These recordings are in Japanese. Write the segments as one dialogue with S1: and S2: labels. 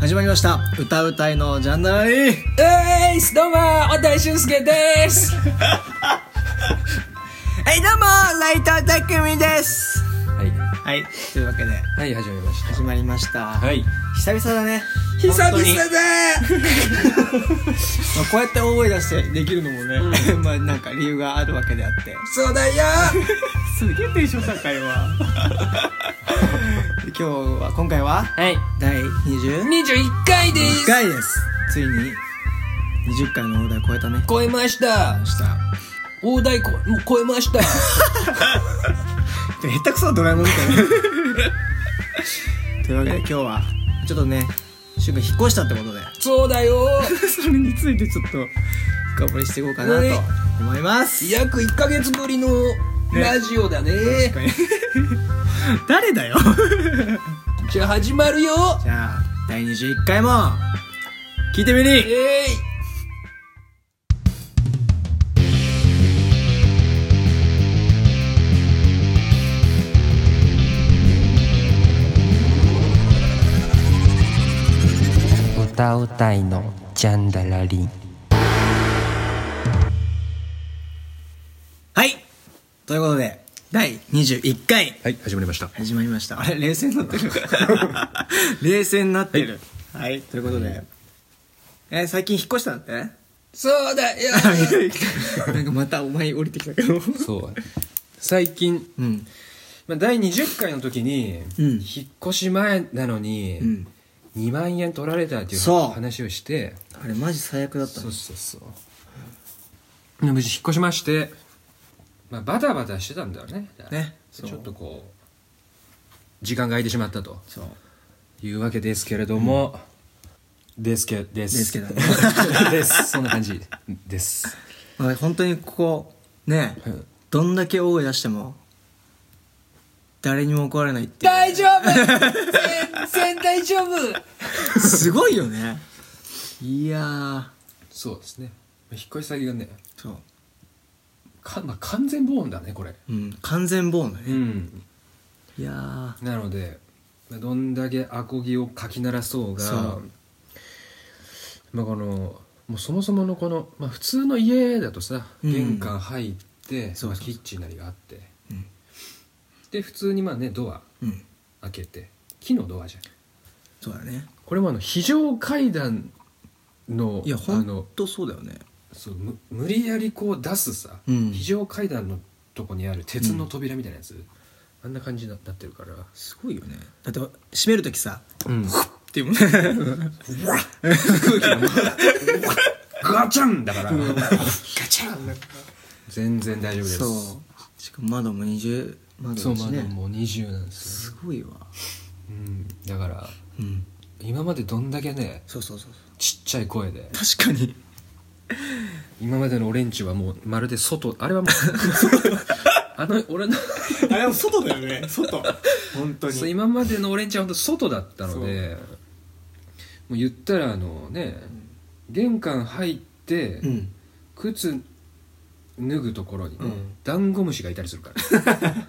S1: 始まりました歌うたいのジャンナラリー
S2: えーいどうも小田井俊介ですはいどうも内藤匠ですはい
S1: はいというわけで
S2: はい始まりました
S1: 始まりました、
S2: はい
S1: 久々だね
S2: 久
S1: 本当に
S2: 々だ
S1: まあこうやって大声出してできるのもね、まあなんか理由があるわけであって
S2: そうだよ
S1: すげえテンション高いわ 今日は今回は
S2: はい
S1: 第21
S2: 21回です
S1: 回ですついに20回の大台超えたね
S2: 超えました
S1: ました
S2: 大太鼓もう超えました
S1: で下手くそなドラえもんみた いなというわけで今日はちょっとね柊君引っ越したってことで
S2: そうだよ
S1: それについてちょっと深掘りしていこうかなと
S2: はい
S1: 思います
S2: 約1ヶ月ぶりのラジオだね
S1: 確かに 誰だ よ
S2: じゃあ始まるよ
S1: じゃあ第21回も聞いてみ
S2: え
S1: に
S2: ーい
S3: 歌うたいのジャンダラリン
S1: はいということで第21回
S4: はい、始まりました。
S1: 始まりましたあれ冷静になって る冷静になってるはい、ということでえー最近引っ越したんだってね
S2: そうだよ
S1: なんかまたお前降りてきたけど。
S4: そう。最近、
S1: うん。
S4: まあ、第20回の時に、
S1: うん
S4: 引っ越し前なのに、
S1: うん
S4: 2万円取られたっていう
S1: そう
S4: 話をして、
S1: あれマジ最悪だった
S4: そ
S1: ね
S4: うそうそう。で無事引っ越しまして、まあ、バタバタしてたんだよね。
S1: ね
S4: そうちょっとこう、時間が空いてしまったと
S1: そう。
S4: いうわけですけれども、ですけ、です。
S1: ですけどね
S4: です。そんな感じです。
S1: まあ本当にここ、ね、
S4: うん
S1: どんだけ大声出しても、誰にも怒られないっていう。
S2: 大丈夫全然大丈夫
S1: すごいよね。いやー。
S4: そうですね。引っ越し先がね、
S1: そう。
S4: かまあ、完全防音だね、これ。
S1: うん。完全防音だ
S4: う
S1: ね。
S4: ん、
S1: いやー。
S4: なのでまあどんだけアコギをかき鳴らそうが
S1: そう
S4: まあ、このもうそもそものこの、まあ、普通の家だとさ
S1: うん
S4: 玄関入って、
S1: そう
S4: まあ
S1: そうそう
S4: キッチンなりがあって、
S1: うん
S4: で普通にまあねドア
S1: うん。
S4: 開けて木のドアじゃん
S1: そうだね。
S4: これもあの非常階段の
S1: いや、
S4: あ
S1: ほん
S4: の
S1: とそうだよね。
S4: そうむ無理やりこう出すさ、
S1: うん
S4: 非常階段のとこにある鉄の扉みたいなやつ、あんな感じにななってるから、
S1: すごいよね。だって、閉めるときさ、
S4: うん、
S1: っていうもんね。
S4: ガチャンだから。全然大丈夫です。
S1: そう。しかも窓も二重窓
S4: そう
S1: だし
S4: まだ
S1: ね。
S4: もう20なんですよ。
S1: すごいわ。
S4: うん。だから、
S1: うん。
S4: 今までどんだけね、
S1: そうそうそうそう。
S4: ちっちゃい声で、
S1: 確かに
S4: 今までのオレンジはもうまるで外、あれはもう、あの、俺の、
S1: あれも外だよね外本当
S4: そう今までのオレンジは本当外だったので、もう言ったらあのね、玄関入って、
S1: うん
S4: 靴脱ぐところにね、
S1: うん
S4: ダンゴムシがいたりするから。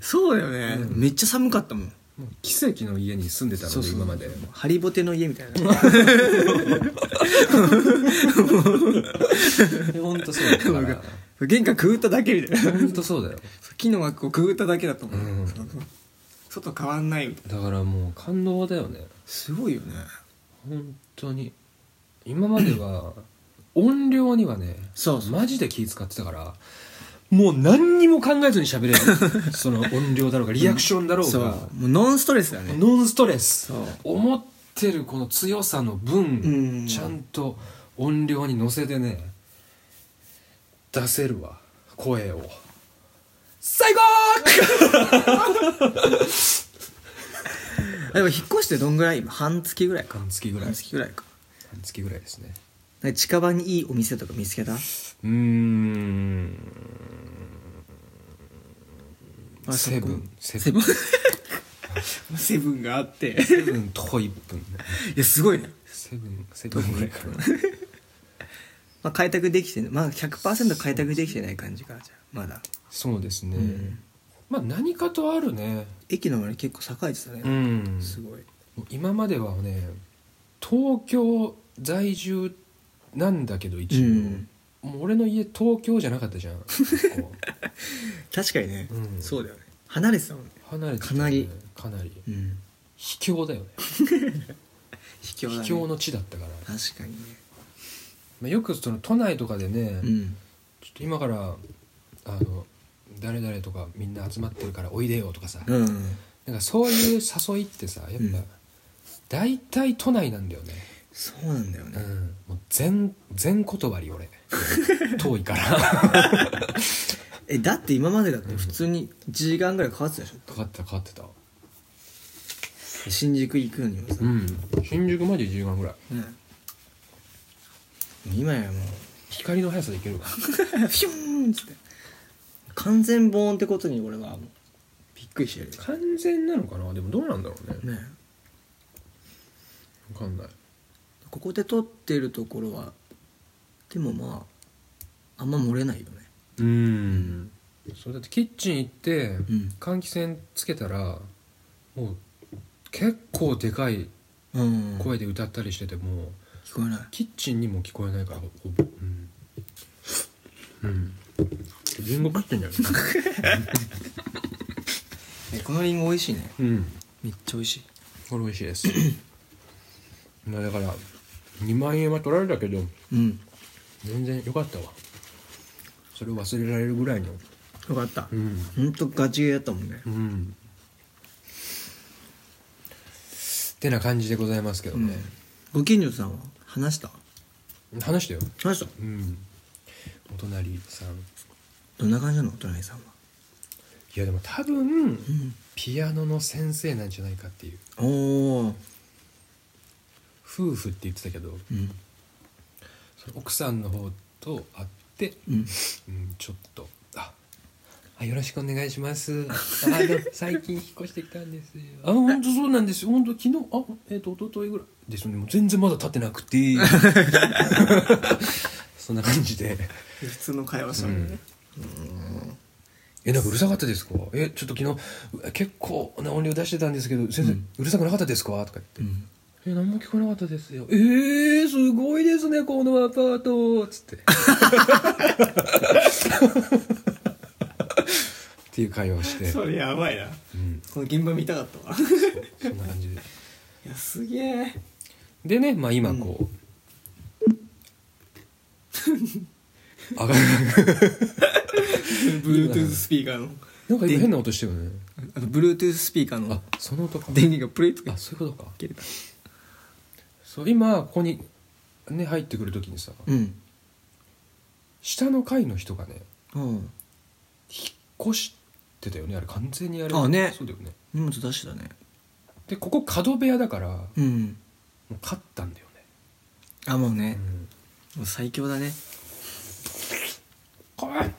S1: そうだよね、めっちゃ寒かったもん
S4: もう奇跡の家に住んでたので今まで
S1: ハリボテの家みたいな
S4: 本当そうだか
S1: なん
S4: ら
S1: か 玄関くぐっただけみたいな
S4: 本当そうだよ
S1: 木の枠をくぐっただけだと思う、
S4: うん
S1: 外変わんないみたいな
S4: だからもう感動だよね
S1: すごいよね
S4: 本当に今までは音量にはね
S1: そうそう
S4: マジで気使ってたからもう何にも考えずに喋れ るその音量だろうがリアクションだろう
S1: そう
S4: が
S1: もうノンストレスだよね
S4: ノンストレス
S1: そう
S4: 思ってるこの強さの分、
S1: うん
S4: ちゃんと音量に乗せてね出せるわ声を最高
S1: あでも引っ越してどんぐらい今半月ぐらいか
S4: 半月ぐらい
S1: 半月ぐらいか
S4: 半月ぐらいですね
S1: なんか近場にいいお店とか見つけた、
S4: うーん
S1: あそこ
S4: セブンセ
S1: セ
S4: ブ
S1: ブ
S4: ン
S1: ン セブンがあって
S4: セブン徒歩1分
S1: いやすごいね
S4: セブンセブンぐらいかな
S1: まあ、開拓できてまあ100%開拓できてない感じかじゃあまだ
S4: そうですね、まあ何かとあるね
S1: 駅の周り結構栄えてたね、
S4: うん
S1: すごい
S4: 今まではね東京在住なんだけど一応、
S1: うん
S4: もう俺の家東京じゃなかっ たじゃんこう
S1: 確かにね、
S4: うん
S1: そうだよね離れてたもんね
S4: 離れてた
S1: かなり
S4: かなり
S1: うん
S4: 秘境だよね
S1: 卑怯だ、
S4: 秘
S1: ね、
S4: 境の地だったから、
S1: 確かにね
S4: まあ、よくその都内とかでね、
S1: うん
S4: ちょっと今からあの誰々とかみんな集まってるからおいでよとかさ、
S1: うん
S4: なんかそういう誘いってさやっぱ、
S1: うん
S4: 大体都内なんだよね、
S1: そうなんだよ
S4: う
S1: ね
S4: ん、もう全全断り 俺遠いから
S1: えだって今までだって普通に1時間ぐらいかかってたでし
S4: かかってたかかってた
S1: ょ新宿行くのにもさ、
S4: うん新宿まで1時間ぐらい
S1: ね今や も
S4: 光の速さで行けるか
S1: うピューンっつって完全防音ってことに俺はもうびっくりしてるよ
S4: 完全なのかなでもどうなんだろうね
S1: ね
S4: 分かんない
S1: ここで撮ってるところはでもまああんま漏れないよね
S4: うんそれだってキッチン行って、
S1: ん
S4: 換気扇つけたらもう結構でかい
S1: うん
S4: 声で歌ったりしてても、
S1: 聞こえない
S4: キッチンにも聞こえないからほほぼうん、うん、リンゴ食ってんじゃん
S1: えこのリンゴ美味しいね
S4: うん
S1: めっちゃ美味しい
S4: これ美味しいですまあだから2万円は取られたけど
S1: うん
S4: 全然良かったわそれを忘れられるぐらいの
S1: よかった
S4: ん
S1: ほんとガチゲーやったもんね
S4: うんってな感じでございますけどね、
S1: ご近所さんは話した
S4: 話したよ
S1: 話した
S4: うんお隣さんい
S1: どんな感じなのお隣さんは
S4: やでも多分、ピアノの先生なんじゃないかっていう
S1: おお
S4: 夫婦って言ってたけど、
S1: うん
S4: その奥さんの方と会って、
S1: うん
S4: うん、ちょっと「ああよろしくお願いします」ああの「最近引っ越してきたんですよ」 あ「本当そうなんですよ本当昨日あえっ、と一昨日ぐらいですよねもう全然まだ経ってなくて」 そんな感じで「
S1: 普通の会話した
S4: うんえなんかうるさかったですかえちょっと昨日う結構な音量出してたんですけど先生、うるさくなかったですか?」とか言って。
S1: うん
S4: え何も聞こえなかったですよえー、すごいですねこのアパートつってっていう会話をしてそ,、
S1: れやばいな
S4: うん、
S1: この現場見たかったわ
S4: そんな感じで
S1: いやすげえ
S4: でねまあ今こう、あ が
S1: Bluetooth スピーカーの
S4: なんか今変な音してるよね
S1: あの Bluetooth スピーカーの
S4: あその音か
S1: 電源がプレイとか
S4: あそういうことか
S1: 切れた
S4: そう今ここにね入ってくる時にさ、
S1: うん
S4: 下の階の人がね
S1: うん
S4: 引っ越してたよねあれ完全にあれ
S1: あね
S4: そうだよね
S1: 荷物出してたね
S4: でここ角部屋だからも
S1: うん
S4: う勝ったんだよね、
S1: あもうね、もう最強だね
S4: こいっ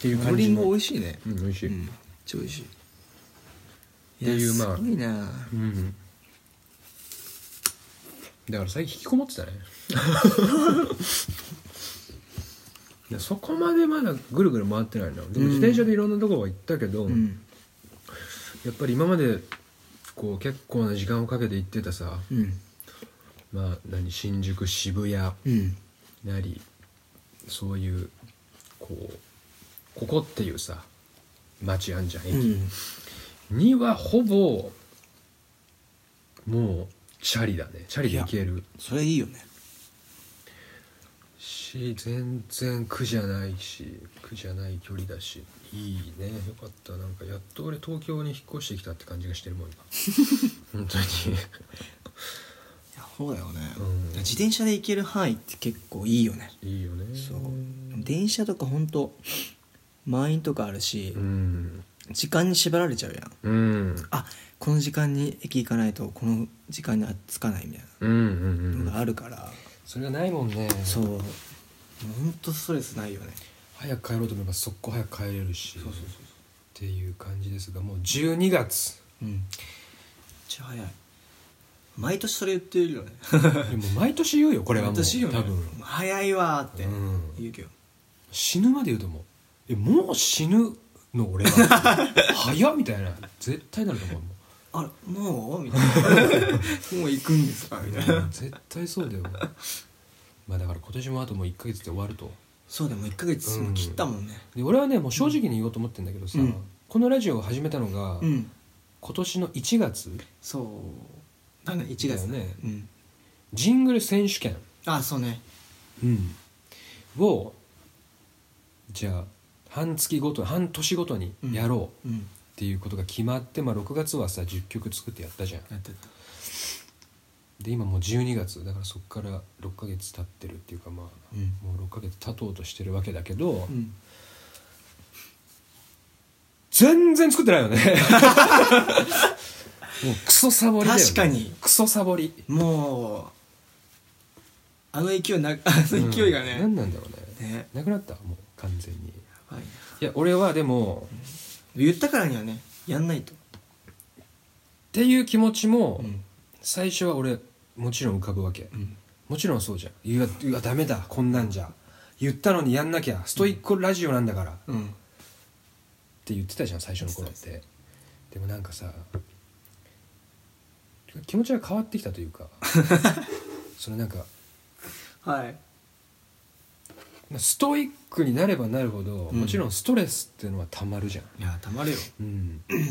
S4: ていう
S1: この
S4: 感
S1: リ
S4: じ
S1: ンゴ
S4: の
S1: 美味しいね
S4: うん美味しい、
S1: めっちゃ美味しい
S4: ていうまあ
S1: すごいな
S4: うんだから最近引きこもってたねいやそこまでまだぐるぐる回ってないなでも自転車でいろんなとこは行ったけど、
S1: うん
S4: やっぱり今までこう結構な時間をかけて行ってたさ、
S1: うん
S4: まあ何新宿渋谷
S1: うん
S4: なりそういうこうここっていうさ街あんじゃん
S1: う
S4: 駅、
S1: ん
S4: にはほぼもうチャリだねチャリで行ける
S1: それいいよね
S4: し全然苦じゃないし苦じゃない距離だしいいねよかったなんかやっと俺東京に引っ越してきたって感じがしてるもん 今本当に
S1: いやそうだよね、
S4: うん
S1: 自転車で行ける範囲って結構いいよね
S4: いいよね
S1: そう電車とかほんと満員とかあるし、
S4: うん
S1: 時間に縛られちゃうやん
S4: うんうん
S1: あこの時間に駅行かないとこの時間には着かないみたい
S4: うんうん
S1: なの
S4: うん
S1: があるから、
S4: それがないもんね
S1: そうもうほんとストレスないよね
S4: 早く帰ろうと思えば速攻早く帰れるしっていう感じですがもう12月
S1: うんめっちゃ早い毎年それ言ってるよね
S4: でも毎年言うよこれはもう
S1: 毎年言うよ
S4: 多
S1: ね
S4: 分、
S1: 早いわーって
S4: うん
S1: 言うけど、
S4: 死ぬまで言うと思う えもう死ぬの俺は早っみたいな絶対なると思うも
S1: あれもうみたい なもう行くんですかみたいな
S4: 絶対そうだよまあだから今年もあともう1ヶ月で終わると
S1: そうでも1ヶ月もう切ったもんね
S4: で俺はねもう正直に言おうと思ってんだけどさ、
S1: うん
S4: このラジオを始めたのが、
S1: うん、
S4: 今年の1月
S1: そうだね1月
S4: だよね
S1: うん、
S4: ジングル選手権
S1: あそうね
S4: をじゃあ半月ごと半年ごとにやろう
S1: うん
S4: っていうことが決まって、まあ、6月はさ10曲作ってやったじゃん
S1: やってた
S4: で今もう12月だからそこから6ヶ月経ってるっていうかまあ、
S1: う
S4: もう6ヶ月経とうとしてるわけだけど、
S1: うん
S4: 全然作ってない よねもうクソサボりだよ、ね、
S1: 確かに
S4: クソサボり
S1: もうあの勢いなあの勢いがね、
S4: うん何なんだろうね
S1: ね
S4: なくなったもう完全に
S1: やばいない
S4: や俺はでも、っ
S1: 言ったからにはねやんないと、
S4: ていう気持ち
S1: う
S4: も、
S1: ん
S4: 最初は俺もちろん浮かぶわけ、
S1: ん
S4: もちろんそうじゃんいやいやダメだこんなんじゃ言ったのにやんなきゃストイックラジオなんだから、っ
S1: うん、
S4: て言ってたじゃん最初の頃ってでもなんかさ気持ちが変わってきたという かそのなんか
S1: はい
S4: まあストイックになればなるほど、
S1: ん
S4: もちろんストレスっていうのはたまるじゃん、
S1: いやたまるよ
S4: うん、だか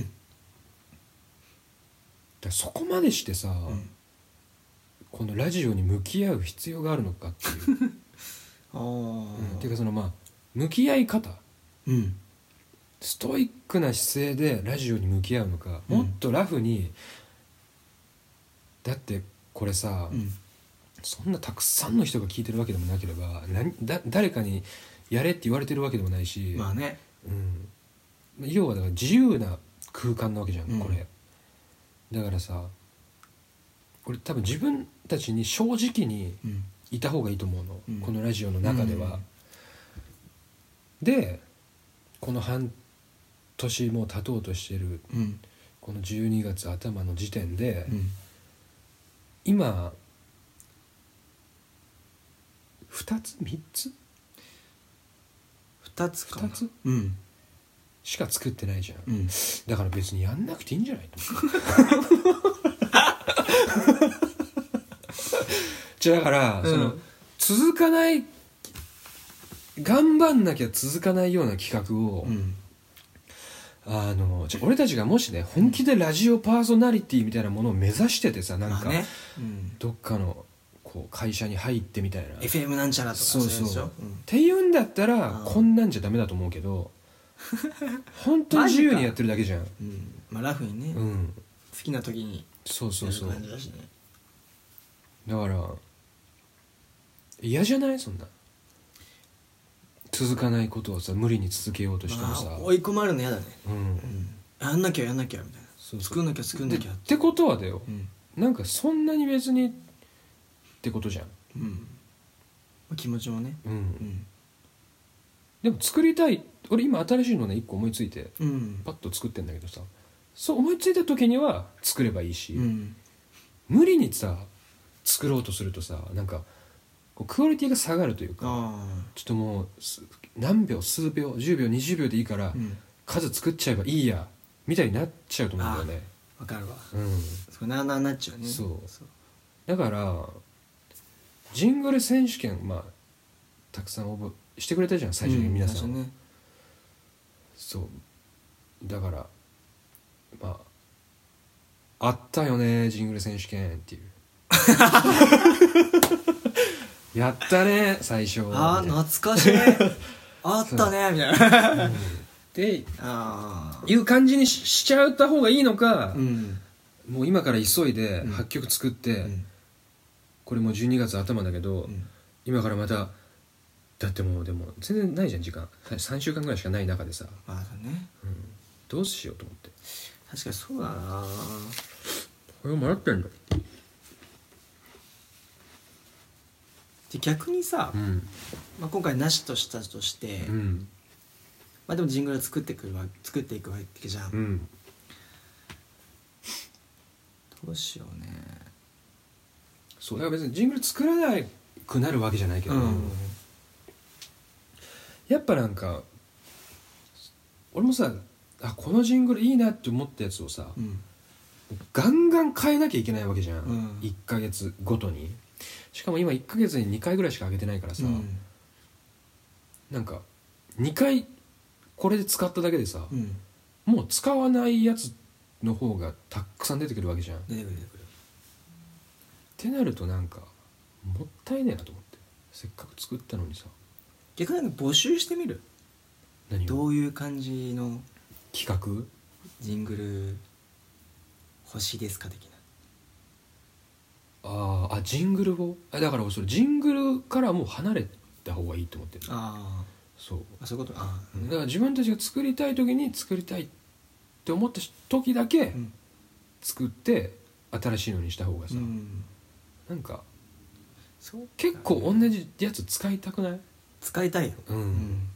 S4: らそこまでしてさ、
S1: ん
S4: このラジオに向き合う必要があるのかっていう、
S1: ああ
S4: うんっていうかそのまあ向き合い方
S1: うん
S4: ストイックな姿勢でラジオに向き合うのか、
S1: うん
S4: もっとラフにだってこれさ、
S1: うん
S4: そんなたくさんの人が聞いてるわけでもなければ何だ誰かにやれって言われてるわけでもないし、
S1: まあね
S4: うん、要はだから自由な空間なわけじゃん、
S1: うん
S4: これだからさ俺多分自分たちに正直に
S1: うん
S4: いた方がいいと思うの、
S1: うん
S4: このラジオの中では、でこの半年もう経とうとしてる
S1: うん
S4: この12月頭の時点で、
S1: うん
S4: 今2つ3つ
S1: 2つかな
S4: 二つ
S1: うん
S4: しか作ってないじゃん
S1: うん
S4: だから別にやんなくていいんじゃないと思う じゃあだから、
S1: うん
S4: その続かない頑張んなきゃ続かないような企画を、
S1: うん
S4: あのじゃあ俺たちがもしね本気でラジオパーソナリティみたいなものを目指しててさなん
S1: ま
S4: か、
S1: あね、うん、
S4: どっかのこう会社に入ってみたいな
S1: FM なんちゃらとか
S4: そうそう
S1: いのでしょ
S4: っ、ていうんだったら、
S1: うん
S4: こんなんじゃダメだと思うけど本当に自由にやってるだけじゃん、
S1: うんうん、まあラフにね、
S4: う
S1: 好
S4: ん、
S1: きな時に
S4: そうそうそう
S1: やる感じだしね
S4: だから嫌じゃないそんな続かないことをさ無理に続けようとしてもさ、
S1: まあ追い込まれるの嫌だね、
S4: うん、
S1: やんなきゃやんなきゃみたいな
S4: そうそう
S1: 作んなきゃ作ん
S4: で
S1: な
S4: っ
S1: きゃ
S4: てことはだよ、
S1: うん、
S4: なんかそんなに別にってことじゃん、
S1: うんまあ気持ちもね
S4: うん
S1: うん
S4: でも作りたい俺今新しいのね一個思いついて
S1: うん
S4: パッと作ってんだけどさそう思いついた時には作ればいいし、
S1: うん
S4: 無理にさ作ろうとするとさなんかこうクオリティが下がるというか
S1: あ
S4: ちょっともうす何秒数秒10秒20秒でいいから、
S1: あうん
S4: 数作っちゃえばいいやみたいになっちゃうと思うんだよね、
S1: わかるわ
S4: うん、
S1: そこなあなあなっちゃうね
S4: そうだからジングル選手権まあたくさん応募してくれたじゃん最初に皆さん、
S1: う最初ね
S4: そうだからまああったよねジングル選手 権っていうやったね最初
S1: ああ
S4: みたいな
S1: 懐かしい あったねみたいな
S4: って
S1: ああ
S4: いう感じにししちゃった方がいいのか、
S1: うん
S4: もう今から急いで8曲作って、
S1: ん
S4: これもう12月頭だけど、
S1: ん
S4: 今からまただってもうでも全然ないじゃん時間3週間ぐらいしかない中でさ
S1: まあだね
S4: どうしようと思って
S1: 確かにそうだな
S4: これを迷ってんの
S1: で逆にさ、
S4: うん
S1: まあ、今回なしとしたとして、
S4: うん
S1: まあでもジングルは作ってくるわ作っていくわけじゃん、
S4: うん
S1: どうしようね
S4: そうだから別にジングル作らなくなるわけじゃないけど、やっぱなんか俺もさあこのジングルいいなって思ったやつをさ、
S1: うん
S4: ガンガン変えなきゃいけないわけじゃん、
S1: うん
S4: 1ヶ月ごとにしかも今1ヶ月に2回ぐらいしか上げてないからさ、
S1: うん
S4: なんか2回これで使っただけでさ、
S1: うん
S4: もう使わないやつの方がたっくさん出てくるわけじゃんっ
S1: 出てくる出てくる
S4: てなるとなんかもったいねえなと思ってせっかく作ったのにさ
S1: 逆になんか募集してみる
S4: 何
S1: ど
S4: を
S1: ういう感じの
S4: 企画
S1: ジングル欲しいですか的な
S4: あーあジングルをあだから俺それジングルからもう離れた方がいいと思ってる
S1: あ
S4: そう
S1: あそういうことあ
S4: だから自分たちが作りたい時に作りたいって思った時だけ
S1: うん
S4: 作って新しいのにした方がさ、
S1: うん
S4: なんか
S1: そう
S4: 結構同じやつ使いたくない
S1: 使いたいよ
S4: うん、
S1: うん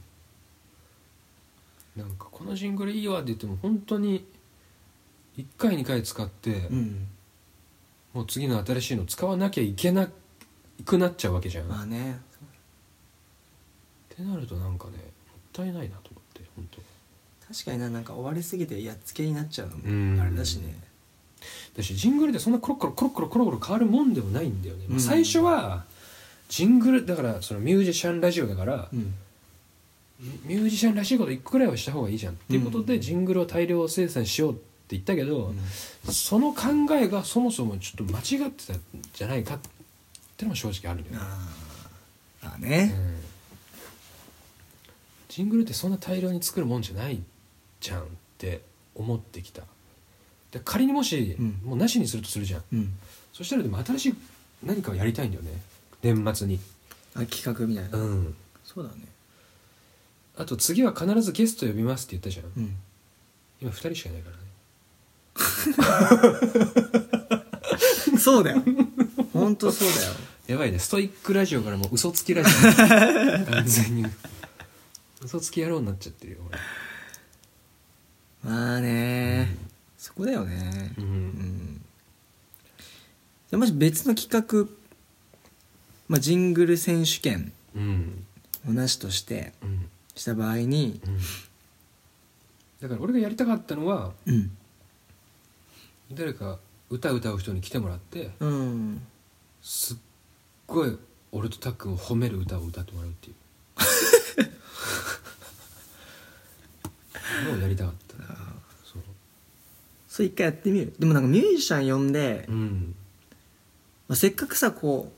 S4: なんかこのジングルいいわって言っても本当に1回2回使って、
S1: うん
S4: もう次の新しいの使わなきゃいけなくなっちゃうわけじゃん、
S1: ま
S4: っ
S1: あね
S4: てなるとなんかねもったいないなと思って本当
S1: 確かにななんか終わりすぎてやっつけになっちゃうの
S4: うん
S1: もあれだしね
S4: だしジングルってそんなコロコロコロコロコロコロ変わるもんでもないんだよね、まあ
S1: うん
S4: 最初はジングルだからそのミュージシャンラジオだから、
S1: うん
S4: ミュージシャンらしいこと1個くらいはした方がいいじゃんっていうことでジングルを大量生産しようって言ったけど、その考えがそもそもちょっと間違ってたんじゃないかってのも正直あるんだよね、
S1: あーまあ
S4: う
S1: ね
S4: んジングルってそんな大量に作るもんじゃないじゃんって思ってきたで仮にもし、
S1: うん
S4: もうなしにするとするじゃん
S1: うん
S4: そしたらでも新しい何かをやりたいんだよね年末に
S1: あ企画みたいな
S4: うん
S1: そうだね
S4: あと次は必ずゲスト呼びますって言ったじゃん、
S1: うん
S4: 今2人しかいないから ね
S1: そうだよ本当そうだよ
S4: やばいねストイックラジオからもう嘘つきラジ オ完全に嘘つき野郎になっちゃってるよ
S1: まあね、そこだよね
S4: 俺う
S1: うんんじゃあもし別の企画、まあ、ジングル選手権
S4: うん
S1: をなしとして
S4: うん
S1: した場合に
S4: うんだから俺がやりたかったのは
S1: うん
S4: 誰か歌歌う人に来てもらって
S1: うん
S4: すっごい俺とたっくんを褒める歌を歌ってもらう っていうのをやりたかったそう
S1: それ一回やってみるでもなんかミュージシャン呼んで、
S4: うん
S1: まあ、せっかくさこ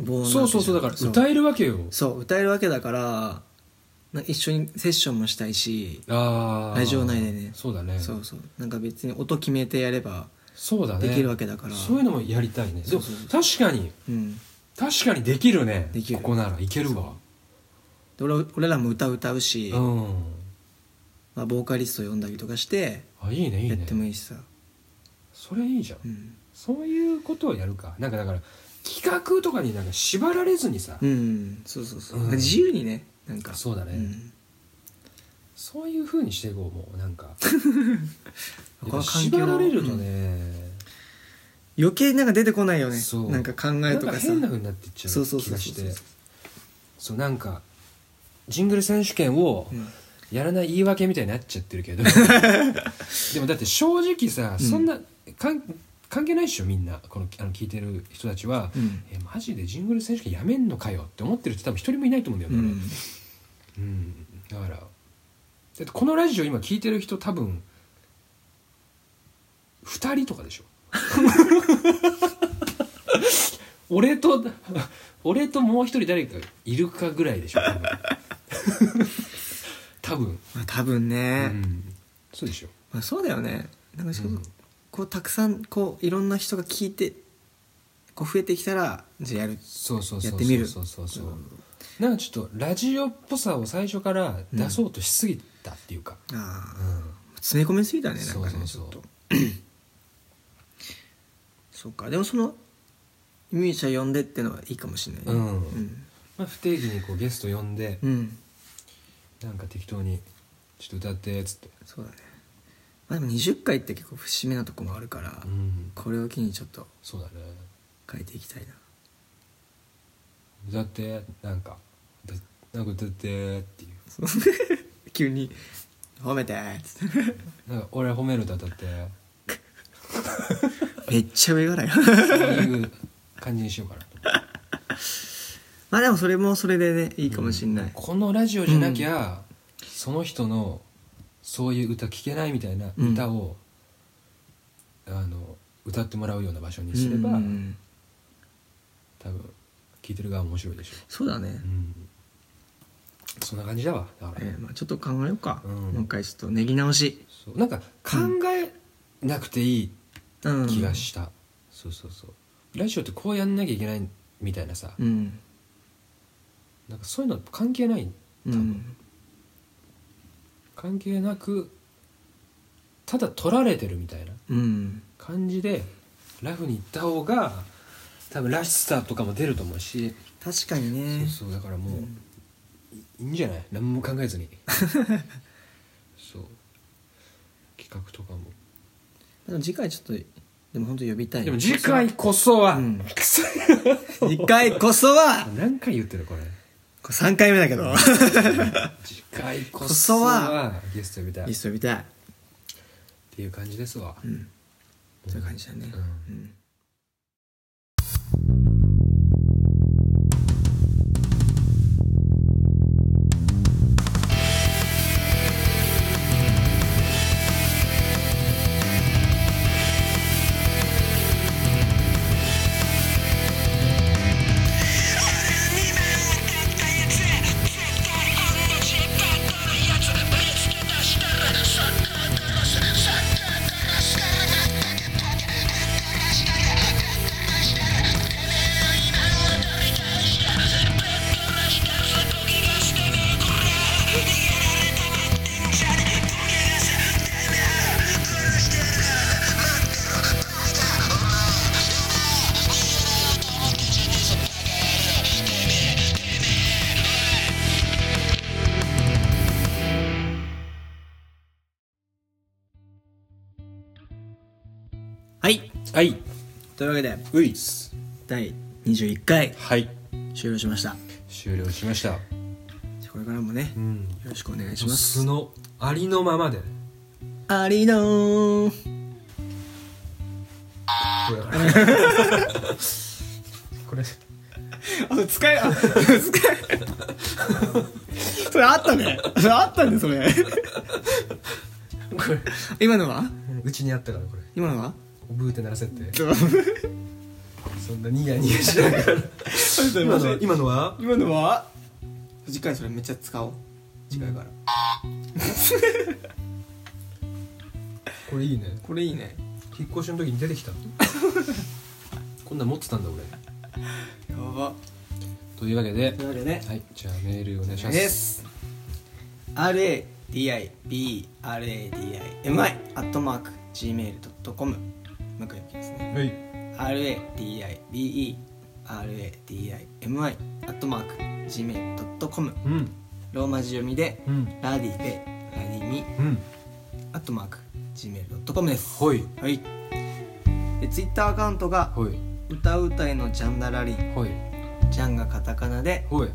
S1: う棒な
S4: そうそうそうだから
S1: そう
S4: 歌えるわけよ
S1: そう歌えるわけだからなんか一緒にセッションもしたいし
S4: ああ
S1: ラジオ内でね
S4: そうだね
S1: そうそうなんか別に音決めてやれば
S4: そうだね
S1: できるわけだから
S4: そういうのもやりたいねで
S1: そ
S4: も
S1: うそうそう
S4: 確かに
S1: うん
S4: 確かにできるね
S1: できる
S4: ここならいけるわ
S1: で俺俺らも歌歌うし、
S4: うん
S1: まあ、ボーカリスト呼んだりとかして
S4: あいいねいい
S1: や
S4: ね
S1: ってもいいしさ、
S4: それいいじゃん、
S1: うん、
S4: そういうことをやるかなんかだから企画とかになんか縛られずにさ、
S1: うん、そうそうそう、
S4: うん
S1: なんか自由にねなんか
S4: そうだね、
S1: うん、
S4: そういうふうにしていこうもうなんか
S1: ここは環境
S4: 縛られるとね、
S1: 余計なんか出てこないよね
S4: そう
S1: なんか考えと
S4: なん
S1: か
S4: か
S1: さ
S4: 変なふうになっていっちゃ
S1: そううそうそ
S4: 気
S1: う
S4: が
S1: そ
S4: し
S1: う
S4: てそうなんかジングル選手権を
S1: うん
S4: やらない言い訳みたいになっちゃってる けどでもだって正直さそんな、かん関係ないっしょみんなこのあの聞いてる人たちは、
S1: うん
S4: えマジでジングル選手権やめんのかよって思ってる人多分一人もいないと思うんだよ
S1: う
S4: ね、
S1: ん
S4: 俺うんだからだってこのラジオ今聞いてる人多分2人とかでしょ 俺と俺ともう一人誰かいるかぐらいでしょ多分
S1: まあ多分
S4: 多
S1: ね、
S4: 分、うん、そうでしょ
S1: まあ、そうだよねなんかそう、
S4: うん
S1: こうたくさんこういろんな人が聞いてこう増えてきたらじゃあやる
S4: そうそうそう
S1: やってみる
S4: そうそうそうなんかちょっとラジオっぽさを最初から出そうとしすぎたっていうか、
S1: ああ
S4: うん
S1: 詰め込みすぎたねなんか
S4: そう
S1: ね
S4: そうそう
S1: ちょっと そうかでもそのミュージシャン呼んでってのはいいかもしれないね
S4: うん
S1: うん、
S4: まあ、不定期にこうゲスト呼んで、
S1: うん
S4: なんか適当に「ちょっと歌って」っつって、
S1: そうだねまあでも20回って結構節目なとこもあるから、
S4: うん、
S1: これを機にちょっと
S4: そうだね
S1: 変えていきたいな
S4: 歌ってなんかだなんか歌ってってい
S1: 急に「褒めて」っつって
S4: うなんか俺褒める歌歌って
S1: めっちゃ上からや
S4: そういう感じにしようかなと
S1: まあでもそれもそれでねいいかもしんない、
S4: このラジオじゃなきゃ、その人のそういう歌聴けないみたいな
S1: うん
S4: 歌を、あの歌ってもらうような場所にすれば、
S1: うん
S4: 多分聴いてる側面白いでしょ
S1: そうだね、
S4: う、うん、そんな感じだわだから、
S1: えーまあ、ちょっと考えようか、
S4: うん
S1: もう一回ちょっとねぎ直し、
S4: そうなんか考えなくていい
S1: うん、
S4: 気がした、そうそうそうラジオってこうやんなきゃいけないみたいなさ、
S1: うん、
S4: なんかそういうの関係ない
S1: うん、
S4: 関係なくただ取られてるみたいな
S1: うん
S4: 感じでラフに行った方が多分らしさとかも出ると思うし、
S1: 確かにね
S4: そうそうだからもう、いいいんじゃない何も考え ずにそう企画とかも
S1: でも次回ちょっとでも本当呼びたい
S4: でも次回こ そは、
S1: うん次
S4: 何
S1: 回こそは
S4: 回言ってるこれ
S1: これ3回目だけど
S4: 次回こ
S1: こ
S4: そ
S1: そ
S4: は
S1: は
S4: ゲスト呼びたい
S1: ゲ
S4: っ
S1: スト呼びたい
S4: ていう感じですわ、
S1: うんそういう感じだね
S4: うん
S1: うんはい
S4: はい
S1: というわけで
S4: ウイス
S1: 第21回
S4: はい
S1: 終了しました
S4: 終了しました、
S1: じゃあこれからもねよ
S4: ん、
S1: ろしくお願いします
S4: 素のありのままでね
S1: ありのー
S4: これこれ
S1: あそ使えあ使え それあったねそれあったねそれ
S4: これ
S1: 今のは
S4: うちにあったからこれ
S1: 今のは
S4: ブーって鳴らせ ってそんなニヤニヤしながら 今のは今のは
S1: 今のは次回それめっちゃ使おう次回から
S4: これいいね
S1: これいいね
S4: 引っ越しの時 に出てきたこんなん持ってたんだ俺
S1: やば
S4: というわけで
S1: というわけでね
S4: はいじゃあメールお願いします
S1: です RADIBRADIMI アットマーク Gmail.com 向井ゆきですね
S4: はい
S1: RADIBE RADIMI アットマーク Gmail.com
S4: うん
S1: ローマ字読みで、
S4: うん
S1: ラディベラディミ
S4: うん
S1: アットマーク Gmail.com です
S4: ほい
S1: はいでツイッターアカウントが
S4: ほい
S1: 歌うたいのジャンダラリン
S4: ほい
S1: ジャンがカタカナで
S4: ほい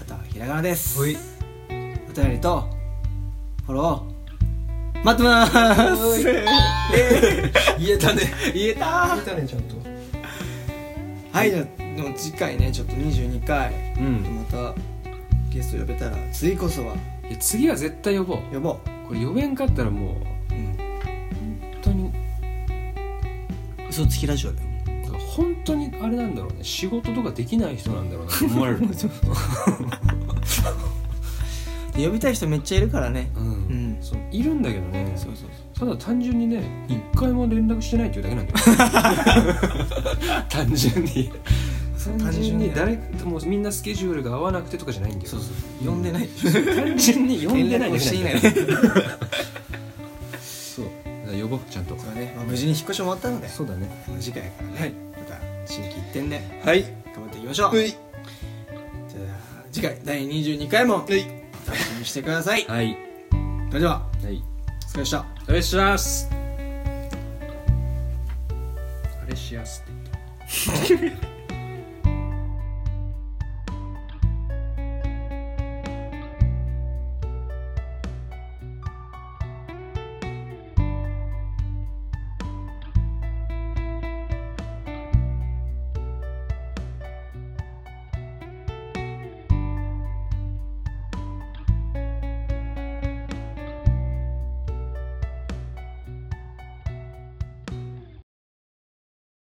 S1: あとはひらがなです
S4: ほい
S1: お便りとフォロー待ってまー
S4: ほい
S1: す
S4: 言えたね
S1: 言えたー
S4: 言えたねちゃんと
S1: はいじゃあでも次回ねちょっと22回、
S4: う
S1: とま
S4: ん
S1: たゲスト呼べたら次こそはい
S4: や次は絶対呼ぼう
S1: 呼ぼ
S4: これ呼べんかったらもう
S1: う、うん、
S4: 本当に
S1: 嘘つきラジオだよ
S4: 本当にあれなんだろうね仕事とかできない人なんだろうな と思われる
S1: で呼びたい人めっちゃいるからね
S4: う
S1: うんん
S4: そういるんだけどね
S1: そうそうそ
S4: ただ単純にね一回も連絡してないっていうだけなんだ よ単純に
S1: そう
S4: 単
S1: 単
S4: 純
S1: 純
S4: に
S1: に
S4: 誰もうみんなスケジュールが合わなくてとかじゃないんだよ
S1: そうそう呼んでない
S4: 単純に呼んでない
S1: 連絡もしていない
S4: だけんだよそうだから呼ぼうちゃんと
S1: そうね、まあ、無事に引っ越し終わったので
S4: そうだね
S1: 次回からね、また新規一点で
S4: はい
S1: 頑張っていきましょう、じゃあ次回第22回も楽しみにしてください、
S4: はい
S1: それでは
S4: はい
S1: お疲れ様でした
S4: お願いしますあれしやすって言った